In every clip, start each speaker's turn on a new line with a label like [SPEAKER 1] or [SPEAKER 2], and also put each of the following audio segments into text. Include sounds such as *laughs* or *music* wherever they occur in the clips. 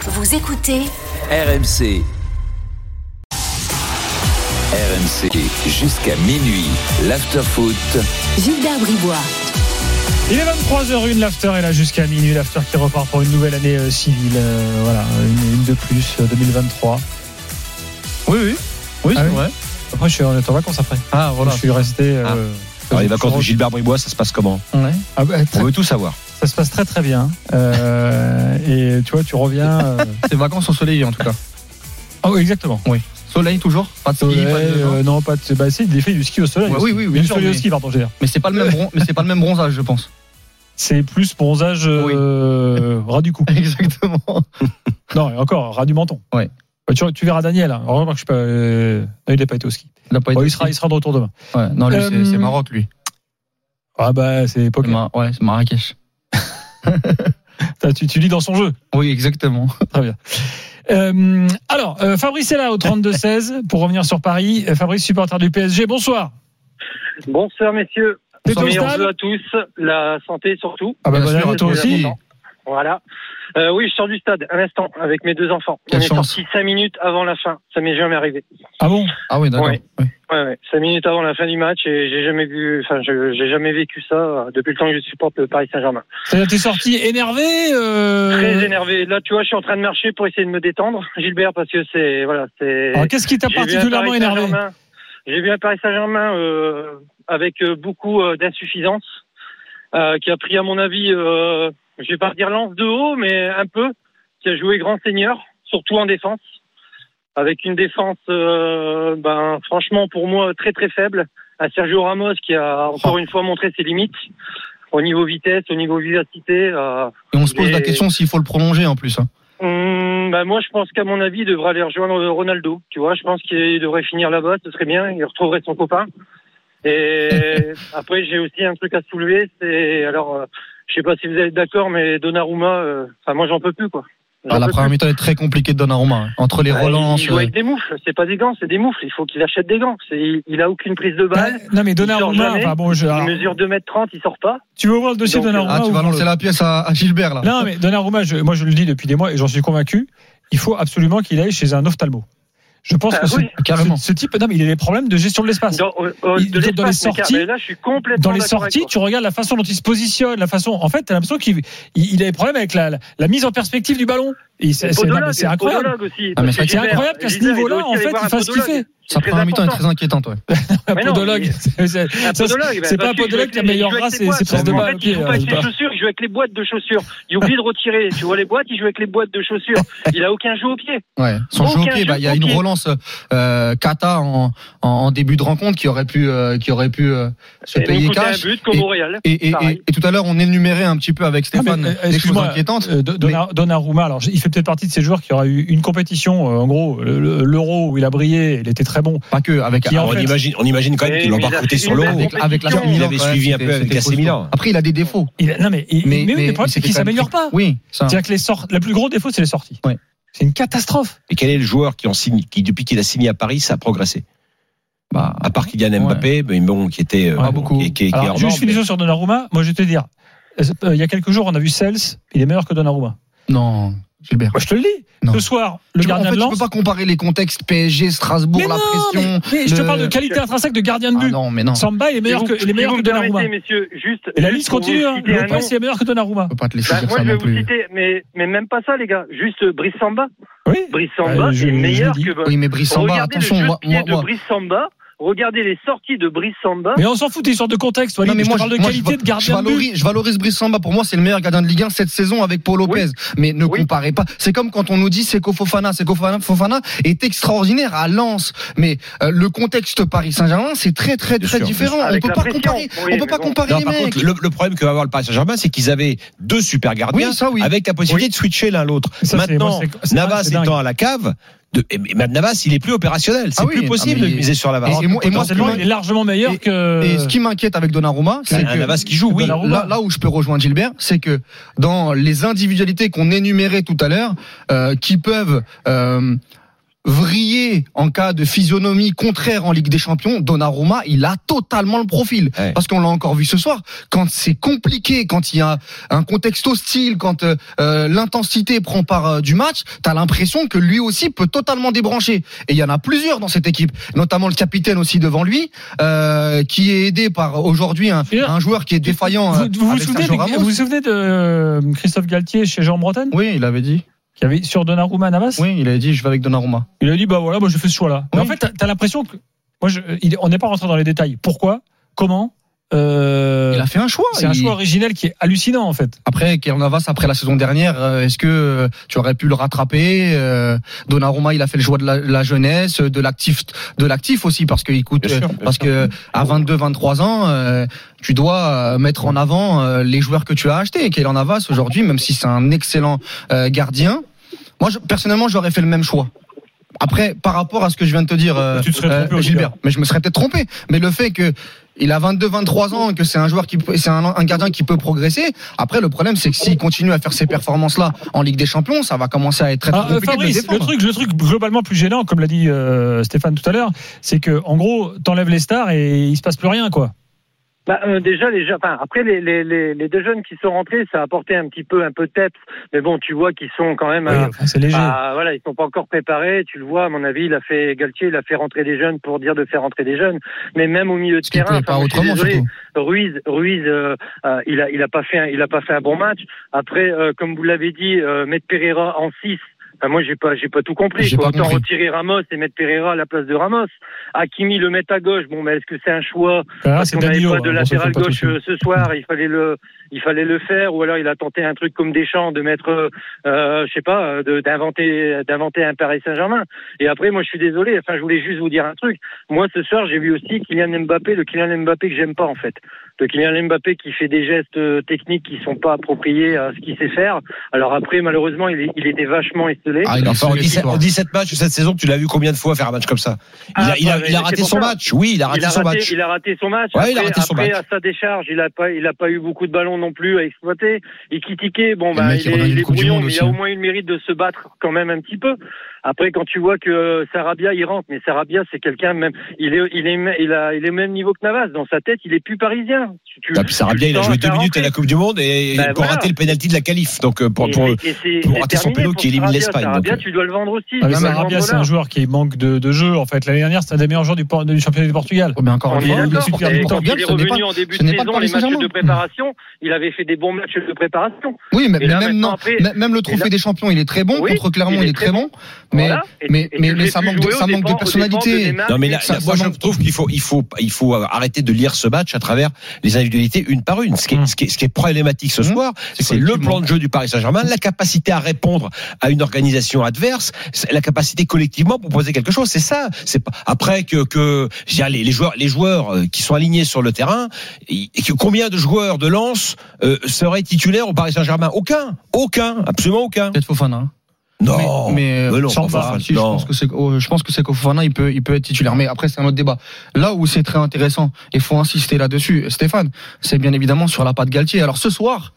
[SPEAKER 1] Vous écoutez
[SPEAKER 2] RMC. RMC jusqu'à minuit, l'afterfoot.
[SPEAKER 1] Gilbert Bribois.
[SPEAKER 3] Il est 23h01, l'after est là jusqu'à minuit, l'after qui repart pour une nouvelle année euh, civile. euh, voilà, une, une de plus, euh, 2023.
[SPEAKER 4] Oui, oui. Oui,
[SPEAKER 3] Ah
[SPEAKER 4] c'est
[SPEAKER 3] oui
[SPEAKER 4] vrai.
[SPEAKER 3] Après, je suis on est en vacances après.
[SPEAKER 4] Ah, voilà.
[SPEAKER 3] Je suis resté. euh,
[SPEAKER 4] Ah.
[SPEAKER 5] Alors, les
[SPEAKER 3] je
[SPEAKER 5] vacances de
[SPEAKER 3] rentre-
[SPEAKER 5] Gilbert Bribois, ça se passe comment
[SPEAKER 3] Ouais. Ah, bah, très-
[SPEAKER 5] On veut tout savoir.
[SPEAKER 3] ça se passe très très bien. Euh, et tu vois, tu reviens. euh,
[SPEAKER 4] C'est vacances ensoleillées, en tout cas.
[SPEAKER 3] *laughs* Oh, exactement.
[SPEAKER 4] Soleil, toujours Pas de ski,
[SPEAKER 3] Soleil,
[SPEAKER 4] pas de-
[SPEAKER 3] euh, non, pas de. Bah, si, des filles du ski au soleil.
[SPEAKER 4] Ouais,
[SPEAKER 3] aussi.
[SPEAKER 4] oui, oui,
[SPEAKER 3] Du
[SPEAKER 4] bien sûr,
[SPEAKER 3] soleil au
[SPEAKER 4] mais-
[SPEAKER 3] ski, pardon, j'ai dit.
[SPEAKER 4] Mais c'est pas, le même bron- mais c'est pas le même bronzage, je pense.
[SPEAKER 3] C'est plus bronzage euh, ras
[SPEAKER 4] *laughs*
[SPEAKER 3] du cou.
[SPEAKER 4] *laughs* Exactement.
[SPEAKER 3] Non, et encore, ras du menton.
[SPEAKER 4] Ouais.
[SPEAKER 3] Bah, tu, tu verras Daniel. hein. Remarque, je suis pas, euh, il n'a pas été au ski.
[SPEAKER 4] Oh, Il a pas
[SPEAKER 3] Bon,
[SPEAKER 4] été
[SPEAKER 3] il, sera, il sera de retour demain.
[SPEAKER 4] Ouais, non, lui, c'est-
[SPEAKER 3] Euh,
[SPEAKER 4] c'est Maroc, lui.
[SPEAKER 3] Ah bah c'est
[SPEAKER 4] C'est
[SPEAKER 3] Pokémon.
[SPEAKER 4] Mar- Ouais, c'est Marrakech.
[SPEAKER 3] T'as- Tu, tu lis dans son jeu.
[SPEAKER 4] Oui, exactement.
[SPEAKER 3] Euh, alors, euh, Fabrice est là au 32-16 pour revenir sur Paris. Euh, Fabrice, supporter du PSG, bonsoir.
[SPEAKER 6] Bonsoir messieurs,
[SPEAKER 3] T'es au
[SPEAKER 6] meilleurs
[SPEAKER 3] stade
[SPEAKER 6] vœux à tous, la santé surtout.
[SPEAKER 3] Ah bah
[SPEAKER 4] Bien
[SPEAKER 3] bonne
[SPEAKER 4] sûr,
[SPEAKER 3] année, toi
[SPEAKER 6] Déjà
[SPEAKER 3] aussi.
[SPEAKER 6] content. Voilà. Euh, oui, je sors du stade un instant avec mes deux enfants.
[SPEAKER 4] Quelle
[SPEAKER 6] On est
[SPEAKER 4] chance.
[SPEAKER 6] sortis cinq minutes avant la fin. Ça m'est jamais arrivé.
[SPEAKER 3] Ah bon
[SPEAKER 4] Ah oui, d'accord.
[SPEAKER 6] Ouais.
[SPEAKER 4] Oui.
[SPEAKER 6] Ouais, ouais. Cinq minutes avant la fin du match et j'ai jamais vu, enfin, je- j'ai jamais vécu ça euh, depuis le temps que je supporte le Paris Saint-Germain.
[SPEAKER 3] C'est-à-dire t'es sorti énervé euh,
[SPEAKER 6] Très énervé. Là, tu vois, je suis en train de marcher pour essayer de me détendre, *laughs* Gilbert, parce que c'est, voilà, c'est.
[SPEAKER 4] Ah,
[SPEAKER 3] Alors qu'est-ce qui t'a
[SPEAKER 6] J'ai vu un
[SPEAKER 3] particulièrement
[SPEAKER 6] Paris
[SPEAKER 3] énervé
[SPEAKER 6] Saint-Germain- J'ai vu un Paris Saint-Germain euh, avec euh, beaucoup euh, d'insuffisance, euh, qui a pris, à mon avis, euh, je vais pas dire lance de haut, mais un peu, qui a joué grand seigneur, surtout en défense, avec une défense, euh, ben, franchement, pour moi, très très faible. Un Sergio Ramos qui a encore
[SPEAKER 3] Oh.
[SPEAKER 6] une fois montré ses limites au niveau vitesse, au niveau vivacité. euh,
[SPEAKER 4] Et on se pose la
[SPEAKER 6] Et-
[SPEAKER 4] question s'il faut le prolonger, en plus. hein.
[SPEAKER 6] Hum, bah moi, je pense qu'à mon avis, il devrait aller rejoindre euh, Ronaldo. Tu vois, je pense qu'il devrait finir là-bas, ce serait bien. Il retrouverait son copain. Et après, j'ai aussi un truc à soulever. C'est alors, euh, je sais pas si vous êtes d'accord, mais Donnarumma, euh, enfin moi, j'en peux plus quoi. J'en
[SPEAKER 4] Ah, la
[SPEAKER 6] peux
[SPEAKER 4] première
[SPEAKER 6] plus.
[SPEAKER 4] mi-temps est très compliquée de Donnarumma. hein. Entre les
[SPEAKER 6] Ah, il-
[SPEAKER 4] relances...
[SPEAKER 6] il joue avec des moufles. C'est pas des gants, c'est des moufles. Il faut qu'il achète des gants. C'est- Il, il a aucune prise de balle.
[SPEAKER 3] Ah, Non mais
[SPEAKER 6] Il sort
[SPEAKER 3] Donnarumma,
[SPEAKER 6] jamais.
[SPEAKER 3] enfin bon, je- alors,
[SPEAKER 6] Il mesure 2 m 30 il sort pas.
[SPEAKER 3] tu veux voir le dossier de
[SPEAKER 6] Donc, euh,
[SPEAKER 3] Donnarumma
[SPEAKER 4] Ah, tu
[SPEAKER 3] ou-
[SPEAKER 4] vas lancer la pièce à, à Gilbert, là.
[SPEAKER 3] Non mais Donnarumma, je- moi je le dis depuis des mois et j'en suis convaincu, il faut absolument qu'il aille chez un ophtalmo. Je pense
[SPEAKER 6] Ah
[SPEAKER 3] que ce-
[SPEAKER 6] oui.
[SPEAKER 4] Carrément.
[SPEAKER 3] ce, ce type, non mais il a des problèmes de gestion de l'espace.
[SPEAKER 6] Dans, euh,
[SPEAKER 3] ah,
[SPEAKER 6] euh,
[SPEAKER 3] Il-
[SPEAKER 6] de
[SPEAKER 3] dans les
[SPEAKER 6] l'espace, mais car-
[SPEAKER 3] sorties-
[SPEAKER 6] mais là, je suis complètement
[SPEAKER 3] dans les
[SPEAKER 6] d'accord avec
[SPEAKER 3] sorties,
[SPEAKER 6] toi.
[SPEAKER 3] tu regardes la façon dont il se positionne, la façon. En fait, t'as l'impression qu'il il, il a des problèmes avec la, la, la mise en perspective du ballon. Et c'est- c'est- non,
[SPEAKER 6] Podologue,
[SPEAKER 3] mais c'est incroyable.
[SPEAKER 6] podologue aussi,
[SPEAKER 4] Ah, mais
[SPEAKER 6] parce
[SPEAKER 4] c'est
[SPEAKER 6] que
[SPEAKER 3] C'est
[SPEAKER 6] Gilbert-
[SPEAKER 3] incroyable qu'à ce
[SPEAKER 6] Gilbert, il doit
[SPEAKER 3] niveau-là,
[SPEAKER 6] aussi
[SPEAKER 3] en
[SPEAKER 6] aller
[SPEAKER 3] fait,
[SPEAKER 6] voir
[SPEAKER 3] il
[SPEAKER 6] un
[SPEAKER 3] fasse ce qu'il
[SPEAKER 6] podologue.
[SPEAKER 3] fait.
[SPEAKER 6] C'est
[SPEAKER 4] Sa
[SPEAKER 6] très
[SPEAKER 4] première mi-temps est
[SPEAKER 6] important.
[SPEAKER 4] très inquiétante, ouais.
[SPEAKER 3] Un
[SPEAKER 6] Mais non,
[SPEAKER 3] podologue. *laughs* C'est- c'est- ça,
[SPEAKER 6] Un podologue, bah,
[SPEAKER 3] C'est pas un
[SPEAKER 6] parce qu'il
[SPEAKER 3] podologue
[SPEAKER 6] joue
[SPEAKER 3] qui a
[SPEAKER 6] avec les-
[SPEAKER 3] meilleure
[SPEAKER 6] il joue
[SPEAKER 3] race,
[SPEAKER 6] avec
[SPEAKER 3] c'est
[SPEAKER 6] les
[SPEAKER 3] c'est
[SPEAKER 6] boîtes.
[SPEAKER 3] prise de
[SPEAKER 4] En
[SPEAKER 6] En
[SPEAKER 3] balle.
[SPEAKER 6] fait, il joue
[SPEAKER 3] ok,
[SPEAKER 6] pas avec
[SPEAKER 3] euh,
[SPEAKER 6] ses
[SPEAKER 3] bah.
[SPEAKER 6] chaussures, il joue avec les boîtes de chaussures. Il oublie de retirer. Tu vois les boîtes, il joue avec les boîtes de chaussures. Il a aucun jeu au pied.
[SPEAKER 4] Ouais, son
[SPEAKER 6] Aucun
[SPEAKER 4] jeu au pied,
[SPEAKER 6] jeu
[SPEAKER 4] bah, il y a
[SPEAKER 6] au
[SPEAKER 4] une
[SPEAKER 6] pied.
[SPEAKER 4] relance euh, Kata en, en, en début de rencontre qui aurait pu, euh, qui aurait pu euh, se
[SPEAKER 6] Et nous
[SPEAKER 4] payer
[SPEAKER 6] coûter un
[SPEAKER 4] cash.
[SPEAKER 6] but comme au Real.
[SPEAKER 4] Et, et, et,
[SPEAKER 6] Pareil.
[SPEAKER 4] et tout à l'heure, on énumérait un petit peu avec
[SPEAKER 3] Ah, mais,
[SPEAKER 4] Stéphane
[SPEAKER 3] euh,
[SPEAKER 4] des choses
[SPEAKER 3] excuse-moi,
[SPEAKER 4] inquiétantes.
[SPEAKER 3] euh, Do- Donna- Donnarumma, alors il fait peut-être partie de ces joueurs qui aura eu une compétition, euh, en gros, le- le- l'euro où il a brillé, il était très bon.
[SPEAKER 4] Pas que, avec,
[SPEAKER 3] Qui en
[SPEAKER 5] on,
[SPEAKER 3] fait-
[SPEAKER 5] imagine, on imagine quand
[SPEAKER 6] Eh,
[SPEAKER 5] même qu'ils l'ont
[SPEAKER 6] mais
[SPEAKER 5] pas
[SPEAKER 6] il a
[SPEAKER 5] recruté
[SPEAKER 6] fait
[SPEAKER 5] sur
[SPEAKER 6] une
[SPEAKER 5] l'eau.
[SPEAKER 6] belle
[SPEAKER 4] avec, avec la
[SPEAKER 6] compétition.
[SPEAKER 4] Milan,
[SPEAKER 6] Il
[SPEAKER 5] avait
[SPEAKER 4] quand même,
[SPEAKER 5] suivi un
[SPEAKER 4] c'était-
[SPEAKER 5] peu avec
[SPEAKER 4] c'était
[SPEAKER 5] AC
[SPEAKER 4] costaud.
[SPEAKER 5] Milan.
[SPEAKER 4] Après, il a des défauts.
[SPEAKER 3] Il a- non mais, il- mais, oui, le problème c'est
[SPEAKER 4] c'était
[SPEAKER 3] qu'il
[SPEAKER 4] quand même
[SPEAKER 3] s'améliore pas.
[SPEAKER 4] Oui, ça.
[SPEAKER 3] C'est-à-dire que les sortes, la plus grande défaut c'est les sorties.
[SPEAKER 4] Hein. Ouais.
[SPEAKER 3] C'est une catastrophe.
[SPEAKER 5] Et quel est le joueur qui, en signe, qui depuis qu'il a signé à Paris, ça a progressé
[SPEAKER 4] Bah,
[SPEAKER 5] À part Kylian Mbappé, mais bon, qui était. euh,
[SPEAKER 3] Pas
[SPEAKER 5] bon,
[SPEAKER 4] beaucoup.
[SPEAKER 5] Qui, qui- qui est
[SPEAKER 3] Alors,
[SPEAKER 5] hors
[SPEAKER 3] juste
[SPEAKER 5] norme,
[SPEAKER 3] finissons sur Donnarumma. Moi, je vais te dire, euh, il y a quelques jours, on a vu Sels, il est meilleur que Donnarumma.
[SPEAKER 4] Non, Gilbert.
[SPEAKER 3] Moi, je te le dis.
[SPEAKER 4] Non.
[SPEAKER 3] Ce soir, le
[SPEAKER 4] Tu vois, en
[SPEAKER 3] gardien
[SPEAKER 4] fait,
[SPEAKER 3] de
[SPEAKER 4] tu
[SPEAKER 3] lance.
[SPEAKER 4] peux pas comparer les contextes PSG, Strasbourg,
[SPEAKER 3] mais
[SPEAKER 4] la
[SPEAKER 3] non,
[SPEAKER 4] pression.
[SPEAKER 3] mais, mais je te
[SPEAKER 4] le-
[SPEAKER 3] parle de qualité intrinsèque de gardien de
[SPEAKER 4] Ah
[SPEAKER 3] but.
[SPEAKER 4] non, mais non. On
[SPEAKER 3] Samba, il est meilleur
[SPEAKER 6] Si
[SPEAKER 3] que,
[SPEAKER 6] vous-
[SPEAKER 3] il est meilleur
[SPEAKER 6] si
[SPEAKER 3] que
[SPEAKER 6] vous me permettez,
[SPEAKER 3] Donnarumma.
[SPEAKER 6] messieurs, juste.
[SPEAKER 3] Et la
[SPEAKER 6] juste
[SPEAKER 3] liste
[SPEAKER 6] pour vous
[SPEAKER 3] continue. Hein.
[SPEAKER 6] citer un
[SPEAKER 3] Lopez,
[SPEAKER 6] nom.
[SPEAKER 3] il est meilleur que Donnarumma.
[SPEAKER 4] peut pas te laisser
[SPEAKER 6] Bah,
[SPEAKER 4] dire
[SPEAKER 6] moi,
[SPEAKER 4] ça
[SPEAKER 6] je vais
[SPEAKER 4] non
[SPEAKER 6] vous
[SPEAKER 4] plus.
[SPEAKER 6] citer, mais, mais même pas ça, les gars. Juste euh, Brice Samba.
[SPEAKER 3] Oui.
[SPEAKER 6] Brice
[SPEAKER 3] Euh, je-
[SPEAKER 6] Samba est
[SPEAKER 3] je le
[SPEAKER 6] meilleur
[SPEAKER 3] dis.
[SPEAKER 6] que.
[SPEAKER 4] Oui, mais Brice Samba,
[SPEAKER 6] euh, Regardez le
[SPEAKER 4] attention,
[SPEAKER 6] jeu de
[SPEAKER 4] moi,
[SPEAKER 6] pied
[SPEAKER 4] moi,
[SPEAKER 6] de
[SPEAKER 4] moi.
[SPEAKER 6] Brice Samba. Regardez les sorties de Brice Samba.
[SPEAKER 3] Mais on s'en fout, il sort de contexte. Walid.
[SPEAKER 4] Non, mais
[SPEAKER 3] je
[SPEAKER 4] moi,
[SPEAKER 3] te parle de
[SPEAKER 4] moi,
[SPEAKER 3] qualité
[SPEAKER 4] je,
[SPEAKER 3] de
[SPEAKER 4] va- je
[SPEAKER 3] gardien de but.
[SPEAKER 4] valorise, je valorise Brice Samba. Pour moi, c'est le meilleur gardien de Ligue 1 cette saison avec Paul Lopez. Mais ne
[SPEAKER 6] Oui.
[SPEAKER 4] comparez pas. C'est comme quand on nous dit Seko Fofana. Seko Fofana, Fofana est extraordinaire à Lens. Mais euh, le contexte Paris Saint-Germain, c'est très, très,
[SPEAKER 5] Bien
[SPEAKER 4] très
[SPEAKER 5] sûr,
[SPEAKER 4] différent. On
[SPEAKER 6] Avec
[SPEAKER 4] peut
[SPEAKER 6] la
[SPEAKER 4] pas
[SPEAKER 6] pression.
[SPEAKER 4] comparer.
[SPEAKER 6] Oui,
[SPEAKER 4] on peut
[SPEAKER 6] mais
[SPEAKER 4] pas
[SPEAKER 6] bon.
[SPEAKER 4] comparer
[SPEAKER 5] Non,
[SPEAKER 4] les
[SPEAKER 5] par
[SPEAKER 4] mecs.
[SPEAKER 5] contre, le, le problème que va avoir le Paris Saint-Germain, c'est qu'ils avaient deux super gardiens
[SPEAKER 4] Oui, ça, oui.
[SPEAKER 5] avec la possibilité de switcher l'un l'autre.
[SPEAKER 3] Ça, c'est- moi,
[SPEAKER 5] Maintenant,
[SPEAKER 3] c'est- c'est-
[SPEAKER 5] Navas
[SPEAKER 3] c'est dingue.
[SPEAKER 5] étant à la cave, de, et- mais Navas, il est plus opérationnel. C'est
[SPEAKER 4] Ah oui,
[SPEAKER 5] plus possible
[SPEAKER 4] ah, mais-
[SPEAKER 5] de miser sur Navas.
[SPEAKER 4] Et- et moi- et moi,
[SPEAKER 3] Potentiellement,
[SPEAKER 4] c'est-
[SPEAKER 3] il est largement meilleur
[SPEAKER 4] et-
[SPEAKER 3] que.
[SPEAKER 4] Et ce qui m'inquiète avec Donnarumma, c'est
[SPEAKER 5] Un
[SPEAKER 4] que
[SPEAKER 5] euh, Navas qui joue, oui.
[SPEAKER 3] Donnarumma.
[SPEAKER 4] là, là où je peux rejoindre Gilbert, c'est que dans les individualités qu'on énumérait tout à l'heure, euh, qui peuvent euh, vriller en cas de physionomie contraire en Ligue des Champions, Donnarumma, il a totalement le profil.
[SPEAKER 5] Ouais.
[SPEAKER 4] Parce qu'on l'a encore vu ce soir, quand c'est compliqué, quand il y a un contexte hostile, quand euh, euh, l'intensité prend part euh, du match, t'as l'impression que lui aussi peut totalement débrancher. Et il y en a plusieurs dans cette équipe, notamment le capitaine aussi devant lui, euh, qui est aidé par aujourd'hui un,
[SPEAKER 3] C'est-à-dire-
[SPEAKER 4] un joueur qui est défaillant.
[SPEAKER 3] Vous
[SPEAKER 4] euh,
[SPEAKER 3] vous, vous
[SPEAKER 4] avec
[SPEAKER 3] souvenez
[SPEAKER 4] Sergio
[SPEAKER 3] de,
[SPEAKER 4] Ramos.
[SPEAKER 3] vous vous souvenez de euh, Christophe Galtier chez Jean Bretagne
[SPEAKER 4] Oui, il avait dit.
[SPEAKER 3] qui avait sur Donnarumma à Navas
[SPEAKER 4] Oui, il avait dit je vais avec Donnarumma.
[SPEAKER 3] Il a dit bah voilà, moi je fais ce choix-là. Mais
[SPEAKER 4] Oui.
[SPEAKER 3] en fait, t'as- t'as l'impression que moi, je- il- on n'est pas rentré dans les détails. Pourquoi Comment Euh,
[SPEAKER 4] Il a fait un choix.
[SPEAKER 3] C'est un
[SPEAKER 4] Il-
[SPEAKER 3] choix originel qui est hallucinant en fait.
[SPEAKER 4] Après, Keylor Navas, après la saison dernière, euh, est-ce que euh, tu aurais pu le rattraper Euh, Donnarumma, il a fait le choix de la, la jeunesse, de l'actif, de l'actif aussi, parce qu'il coûte,
[SPEAKER 5] Bien sûr,
[SPEAKER 4] euh,
[SPEAKER 5] bien
[SPEAKER 4] parce
[SPEAKER 5] sûr.
[SPEAKER 4] que à 22-23 ans, euh, tu dois euh, mettre en avant euh, les joueurs que tu as achetés. Et Keylor Navas aujourd'hui, même si c'est un excellent euh, gardien, moi je- personnellement, j'aurais fait le même choix. Après, par rapport à ce que je viens de te dire, euh,
[SPEAKER 3] Tu te serais trompé aussi,
[SPEAKER 4] Gilbert, mais je me serais peut-être trompé. Mais le fait que il a 22-23 ans, que c'est un joueur qui, peut- c'est un, un gardien qui peut progresser. Après, le problème, c'est que s'il continue à faire ces performances-là en Ligue des Champions, ça va commencer à être très, très
[SPEAKER 3] Ah, euh,
[SPEAKER 4] compliqué de le
[SPEAKER 3] Fabrice, le,
[SPEAKER 4] défendre.
[SPEAKER 3] truc, le truc globalement plus gênant, comme l'a dit euh, Stéphane tout à l'heure, c'est que en gros, t'enlèves les stars et il se passe plus rien quoi.
[SPEAKER 6] Bah, euh, déjà, les, jeux- enfin, après, les, les, les, les deux jeunes qui sont rentrés, ça a apporté un petit peu, un peu de peps. Mais bon, tu vois qu'ils sont quand même.
[SPEAKER 3] Oui,
[SPEAKER 6] euh,
[SPEAKER 3] enfin, c'est léger.
[SPEAKER 6] bah, voilà, ils sont pas encore préparés. Tu le vois, à mon avis, il a fait Galtier, il a fait rentrer des jeunes pour dire de faire rentrer des jeunes. Mais même au milieu de
[SPEAKER 4] Ce qui ne
[SPEAKER 6] terrain,
[SPEAKER 4] pouvait pas
[SPEAKER 6] enfin, je suis
[SPEAKER 4] autrement,
[SPEAKER 6] désolé,
[SPEAKER 4] surtout.
[SPEAKER 6] Ruiz, Ruiz, euh, euh, il a, il a pas fait, un, il a pas fait un bon match. Après, euh, comme vous l'avez dit, euh, mettre Pereira en 6 Enfin, moi, j'ai pas, j'ai pas tout compris.
[SPEAKER 4] J'ai
[SPEAKER 6] Quoi.
[SPEAKER 4] pas
[SPEAKER 6] Autant
[SPEAKER 4] compris.
[SPEAKER 6] retirer Ramos et mettre Pereira à la place de Ramos. Hakimi le mettre à gauche. Bon, mais est-ce que c'est un choix
[SPEAKER 3] Ah,
[SPEAKER 6] parce
[SPEAKER 3] c'est
[SPEAKER 6] qu'on n'avait
[SPEAKER 3] Danilo,
[SPEAKER 6] pas de
[SPEAKER 3] hein, on s'en
[SPEAKER 6] latéral
[SPEAKER 3] fait pas
[SPEAKER 6] gauche
[SPEAKER 3] toucher.
[SPEAKER 6] euh, ce soir, il fallait le, il fallait le faire, ou alors il a tenté un truc comme Deschamps de mettre, euh, euh, je sais pas, euh, de- d'inventer, d'inventer un Paris Saint-Germain. Et après, moi, je suis désolé. Enfin, je voulais juste vous dire un truc. Moi, ce soir, j'ai vu aussi Kylian Mbappé, le Kylian Mbappé que j'aime pas en fait, le Kylian Mbappé qui fait des gestes euh, techniques qui sont pas appropriés à ce qu'il sait faire. Alors après, malheureusement, il, est- il était vachement esselé.
[SPEAKER 4] Ah, il a
[SPEAKER 5] Enfin, en
[SPEAKER 4] fait le
[SPEAKER 5] 17,
[SPEAKER 4] soir.
[SPEAKER 5] en 17 matchs de cette saison, tu l'as vu combien de fois faire un match comme ça Il a,
[SPEAKER 6] Ah,
[SPEAKER 5] il a-
[SPEAKER 6] bah,
[SPEAKER 5] il a
[SPEAKER 6] c'est
[SPEAKER 5] raté
[SPEAKER 6] pour
[SPEAKER 5] son
[SPEAKER 6] ça.
[SPEAKER 5] match. Oui, il a raté
[SPEAKER 6] il a
[SPEAKER 5] son
[SPEAKER 6] raté,
[SPEAKER 5] match.
[SPEAKER 6] Il a raté son match.
[SPEAKER 5] Ouais,
[SPEAKER 6] après,
[SPEAKER 5] il a raté son
[SPEAKER 6] après,
[SPEAKER 5] match.
[SPEAKER 6] à sa décharge, il a pas, il a pas eu beaucoup de ballons non plus à exploiter. Et Kitike, bon,
[SPEAKER 4] Le
[SPEAKER 6] bah,
[SPEAKER 4] mec,
[SPEAKER 6] il
[SPEAKER 4] il revient
[SPEAKER 6] est,
[SPEAKER 4] d'une
[SPEAKER 6] il est
[SPEAKER 4] Coupe du
[SPEAKER 6] brouillon,
[SPEAKER 4] Monde
[SPEAKER 6] mais il a
[SPEAKER 4] aussi,
[SPEAKER 6] au
[SPEAKER 4] hein.
[SPEAKER 6] moins eu le mérite de se battre quand même un petit peu. Après, quand tu vois que euh, Sarabia, il rentre, mais Sarabia, c'est quelqu'un même, il est, il est, il a, il est au même niveau que Navas. Dans sa tête, il est plus parisien. Tu- tu-
[SPEAKER 5] Ah, puis Sarabia,
[SPEAKER 6] tu
[SPEAKER 5] il a
[SPEAKER 6] sens
[SPEAKER 5] joué
[SPEAKER 6] à
[SPEAKER 5] deux
[SPEAKER 6] 40,
[SPEAKER 5] minutes à la Coupe du Monde et
[SPEAKER 6] Bah,
[SPEAKER 5] pour
[SPEAKER 6] voilà.
[SPEAKER 5] rater le penalty de la qualif. Donc euh, pour,
[SPEAKER 6] et-
[SPEAKER 5] pour-
[SPEAKER 6] et c'est-
[SPEAKER 5] pour
[SPEAKER 6] c'est
[SPEAKER 5] rater son
[SPEAKER 6] terminé
[SPEAKER 5] péno qui
[SPEAKER 6] pour
[SPEAKER 5] élimine
[SPEAKER 6] Sarabia.
[SPEAKER 5] l'Espagne,
[SPEAKER 6] Sarabia,
[SPEAKER 5] donc,
[SPEAKER 6] tu dois le vendre aussi.
[SPEAKER 3] Ah,
[SPEAKER 6] Tu
[SPEAKER 3] mais
[SPEAKER 6] dois le
[SPEAKER 3] Sarabia,
[SPEAKER 6] vendre
[SPEAKER 3] c'est un
[SPEAKER 6] là.
[SPEAKER 3] joueur qui manque de, de jeu. En fait, l'année dernière, c'était un des meilleurs joueurs du, por- du championnat du Portugal.
[SPEAKER 4] Oh, mais encore
[SPEAKER 6] On
[SPEAKER 4] une
[SPEAKER 6] est
[SPEAKER 4] fois,
[SPEAKER 6] d'accord.
[SPEAKER 4] le Super
[SPEAKER 6] mais
[SPEAKER 4] Bowl
[SPEAKER 6] Quand
[SPEAKER 4] Portugal,
[SPEAKER 6] il est
[SPEAKER 4] ce n'est pas-
[SPEAKER 6] revenu en début
[SPEAKER 4] ce
[SPEAKER 6] de
[SPEAKER 4] n'est pas le
[SPEAKER 6] saison,
[SPEAKER 4] Paris
[SPEAKER 6] les matchs de
[SPEAKER 4] Saint-Germain.
[SPEAKER 6] préparation, il avait fait des bons matchs de préparation.
[SPEAKER 4] Oui, mais,
[SPEAKER 6] Et là,
[SPEAKER 4] mais même,
[SPEAKER 6] maintenant,
[SPEAKER 4] non,
[SPEAKER 6] après-
[SPEAKER 4] même- même le trophée
[SPEAKER 6] et là-
[SPEAKER 4] des champions, il est très bon.
[SPEAKER 6] Oui,
[SPEAKER 4] Contre Clermont, il est, très bon. Mais
[SPEAKER 6] Voilà. Et-
[SPEAKER 4] mais-
[SPEAKER 6] et tu
[SPEAKER 4] mais-
[SPEAKER 6] le
[SPEAKER 4] mais
[SPEAKER 6] fais
[SPEAKER 4] ça
[SPEAKER 6] plus
[SPEAKER 4] manque de-
[SPEAKER 6] jouer
[SPEAKER 4] ça
[SPEAKER 6] aux
[SPEAKER 4] manque de
[SPEAKER 6] dépens- aux
[SPEAKER 4] personnalité.
[SPEAKER 6] dépens de Neymar.
[SPEAKER 5] Non mais là,
[SPEAKER 4] Ça-
[SPEAKER 5] là,
[SPEAKER 4] ça
[SPEAKER 5] moi je
[SPEAKER 4] manque.
[SPEAKER 5] trouve qu'il faut il faut il faut euh, arrêter de lire ce match à travers les individualités une par une. Ce qui est,
[SPEAKER 3] Mm.
[SPEAKER 5] ce qui est, ce qui est problématique ce
[SPEAKER 4] Mm.
[SPEAKER 5] soir,
[SPEAKER 4] C'est
[SPEAKER 5] c'est le
[SPEAKER 4] collectivement.
[SPEAKER 5] plan de jeu du Paris Saint-Germain, la capacité à répondre à une organisation adverse, c'est la capacité collectivement pour poser quelque chose. C'est ça. C'est pas après que que je veux dire, les, les joueurs les joueurs euh, qui sont alignés sur le terrain et et que combien de joueurs de Lens euh, seraient titulaires au Paris Saint-Germain Aucun, aucun, absolument aucun.
[SPEAKER 4] peut-être Fofana. hein.
[SPEAKER 5] Non.
[SPEAKER 4] mais, mais
[SPEAKER 5] Mais euh, non,
[SPEAKER 4] sans
[SPEAKER 5] enfin,
[SPEAKER 4] VAR,
[SPEAKER 5] enfin,
[SPEAKER 4] si, je
[SPEAKER 5] non.
[SPEAKER 4] pense que c'est oh, je pense que c'est Fofana il peut il peut être titulaire mais après c'est un autre débat là où c'est très intéressant et faut insister là-dessus Stéphane c'est bien évidemment sur la patte Galtier alors ce soir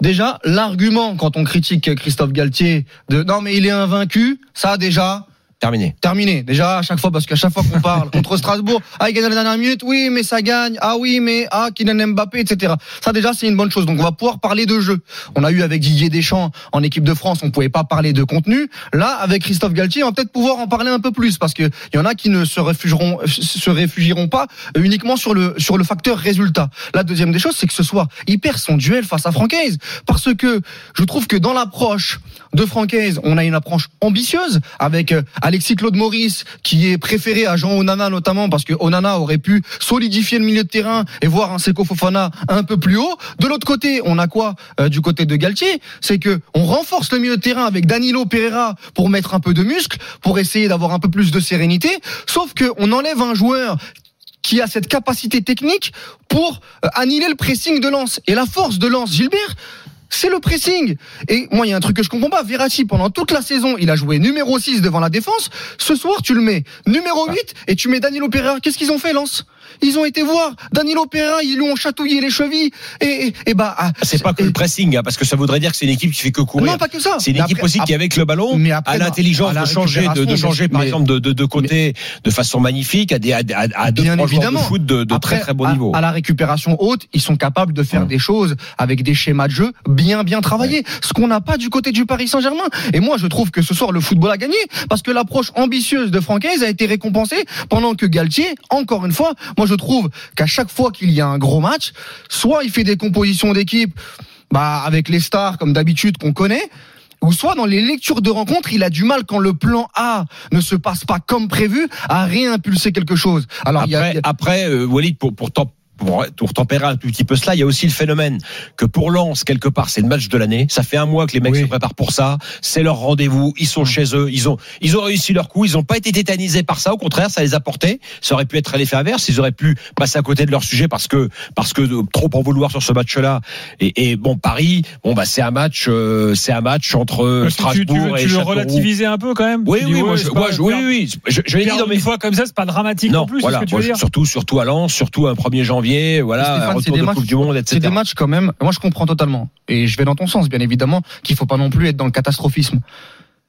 [SPEAKER 4] déjà l'argument quand on critique Christophe Galtier de non mais il est invaincu ça déjà
[SPEAKER 5] Terminé.
[SPEAKER 4] Terminé. Déjà, à chaque fois, parce qu'à chaque fois qu'on parle contre Strasbourg, ah, il gagne dans les dernières minutes, oui, mais ça gagne, ah oui, mais, ah, Kylian Mbappé, etc. Ça, déjà, c'est une bonne chose. Donc, on va pouvoir parler de jeu. On a eu avec Didier Deschamps en équipe de France, on pouvait pas parler de contenu. Là, avec Christophe Galtier, on va peut-être pouvoir en parler un peu plus, parce que il y en a qui ne se réfugieront, se réfugieront pas uniquement sur le, sur le facteur résultat. La deuxième des choses, c'est que ce soir, il perd son duel face à Francaise, parce que je trouve que dans l'approche de Francaise, on a une approche ambitieuse avec euh, Alexis Claude Maurice qui est préféré à Jean Onana notamment parce que Onana aurait pu solidifier le milieu de terrain et voir un Seko Fofana un peu plus haut. De l'autre côté, on a quoi euh, du côté de Galtier C'est que on renforce le milieu de terrain avec Danilo Pereira pour mettre un peu de muscle, pour essayer d'avoir un peu plus de sérénité, sauf que on enlève un joueur qui a cette capacité technique pour euh, annihiler le pressing de Lens. Et la force de Lens, Gilbert, c'est le pressing. Et moi, il y a un truc que je comprends pas. Verratti, pendant toute la saison, il a joué
[SPEAKER 5] Ah.
[SPEAKER 4] numéro 6 devant la défense. Ce soir, tu le mets numéro 8 et tu mets Danilo Pereira. Qu'est-ce qu'ils ont fait, Lens Ils ont été voir Danilo Pereira, ils lui ont chatouillé les chevilles. Et, et, et bah, ah,
[SPEAKER 5] C'est pas que
[SPEAKER 4] et-
[SPEAKER 5] le pressing, hein, parce que ça voudrait dire que c'est une équipe qui fait que courir.
[SPEAKER 4] Non, pas que ça.
[SPEAKER 5] C'est une
[SPEAKER 4] Mais
[SPEAKER 5] équipe
[SPEAKER 4] après-
[SPEAKER 5] aussi qui, avec le ballon,
[SPEAKER 4] Mais après,
[SPEAKER 5] a
[SPEAKER 4] dans- à
[SPEAKER 5] l'intelligence
[SPEAKER 4] la
[SPEAKER 5] de changer, de, de
[SPEAKER 4] récupération,
[SPEAKER 5] changer, par
[SPEAKER 4] mais-
[SPEAKER 5] exemple, de, de, de côté, de façon magnifique, à des, à, à- à deux,
[SPEAKER 4] Bien
[SPEAKER 5] trois joueurs de
[SPEAKER 4] évidemment.
[SPEAKER 5] foot de, de
[SPEAKER 4] Après, ah,
[SPEAKER 5] très très bon
[SPEAKER 4] à-
[SPEAKER 5] niveau.
[SPEAKER 4] À la récupération haute, ils sont capables de faire des choses avec des schémas de jeu bien bien travaillés, ce qu'on n'a pas du côté du Paris Saint-Germain. Et moi, je trouve que ce soir le football a gagné parce que l'approche ambitieuse de Francaise a été récompensée pendant que Galtier, encore une fois, moi je trouve qu'à chaque fois qu'il y a un gros match, soit il fait des compositions d'équipe bah avec les stars comme d'habitude qu'on connaît ou soit dans les lectures de rencontres, il a du mal quand le plan A ne se passe pas comme prévu à réimpulser quelque chose. Alors il y a-
[SPEAKER 5] Après,
[SPEAKER 4] il y a,
[SPEAKER 5] après euh, Walid, pour, pour, tem- pour, pour tempérer un tout petit peu cela, il y a aussi le phénomène que pour Lens, quelque part, c'est le match de l'année. Ça fait un mois que les mecs
[SPEAKER 4] Oui.
[SPEAKER 5] se préparent pour ça. C'est leur rendez-vous. Ils sont chez eux. Ils ont, ils ont réussi leur coup. Ils n'ont pas été tétanisés par ça. Au contraire, ça les a portés. Ça aurait pu être à l'effet inverse. Ils auraient pu passer à côté de leur sujet parce que, parce que euh, trop en vouloir sur ce match-là. Et, et bon, Paris, bon, bah, c'est un match, euh, c'est un match entre euh,
[SPEAKER 3] Parce que tu, tu,
[SPEAKER 5] Strasbourg
[SPEAKER 3] veux-
[SPEAKER 5] et
[SPEAKER 3] tu veux
[SPEAKER 5] Châteauroux.
[SPEAKER 3] relativiser un peu quand même
[SPEAKER 5] Oui,
[SPEAKER 3] Tu dis,
[SPEAKER 5] oui,
[SPEAKER 3] ouais,
[SPEAKER 5] moi, je,
[SPEAKER 3] c'est pas-
[SPEAKER 5] moi, je- oui, oui, oui. Je, je l'ai dit
[SPEAKER 3] perdre
[SPEAKER 5] dans mes
[SPEAKER 3] une fois comme ça, c'est pas dramatique non, plus. c'est
[SPEAKER 5] voilà,
[SPEAKER 3] ce que tu
[SPEAKER 5] moi,
[SPEAKER 3] veux dire.
[SPEAKER 5] surtout, surtout à Lens, surtout un 1er janvier, voilà,
[SPEAKER 4] Stéphane,
[SPEAKER 5] un
[SPEAKER 4] c'est
[SPEAKER 5] retour
[SPEAKER 4] des
[SPEAKER 5] de
[SPEAKER 4] matchs-
[SPEAKER 5] Coupe du Monde,
[SPEAKER 4] C'est des
[SPEAKER 5] etc.
[SPEAKER 4] matchs quand même. Moi, je comprends totalement. Et je vais dans ton sens, bien évidemment, qu'il faut pas non plus être dans le catastrophisme.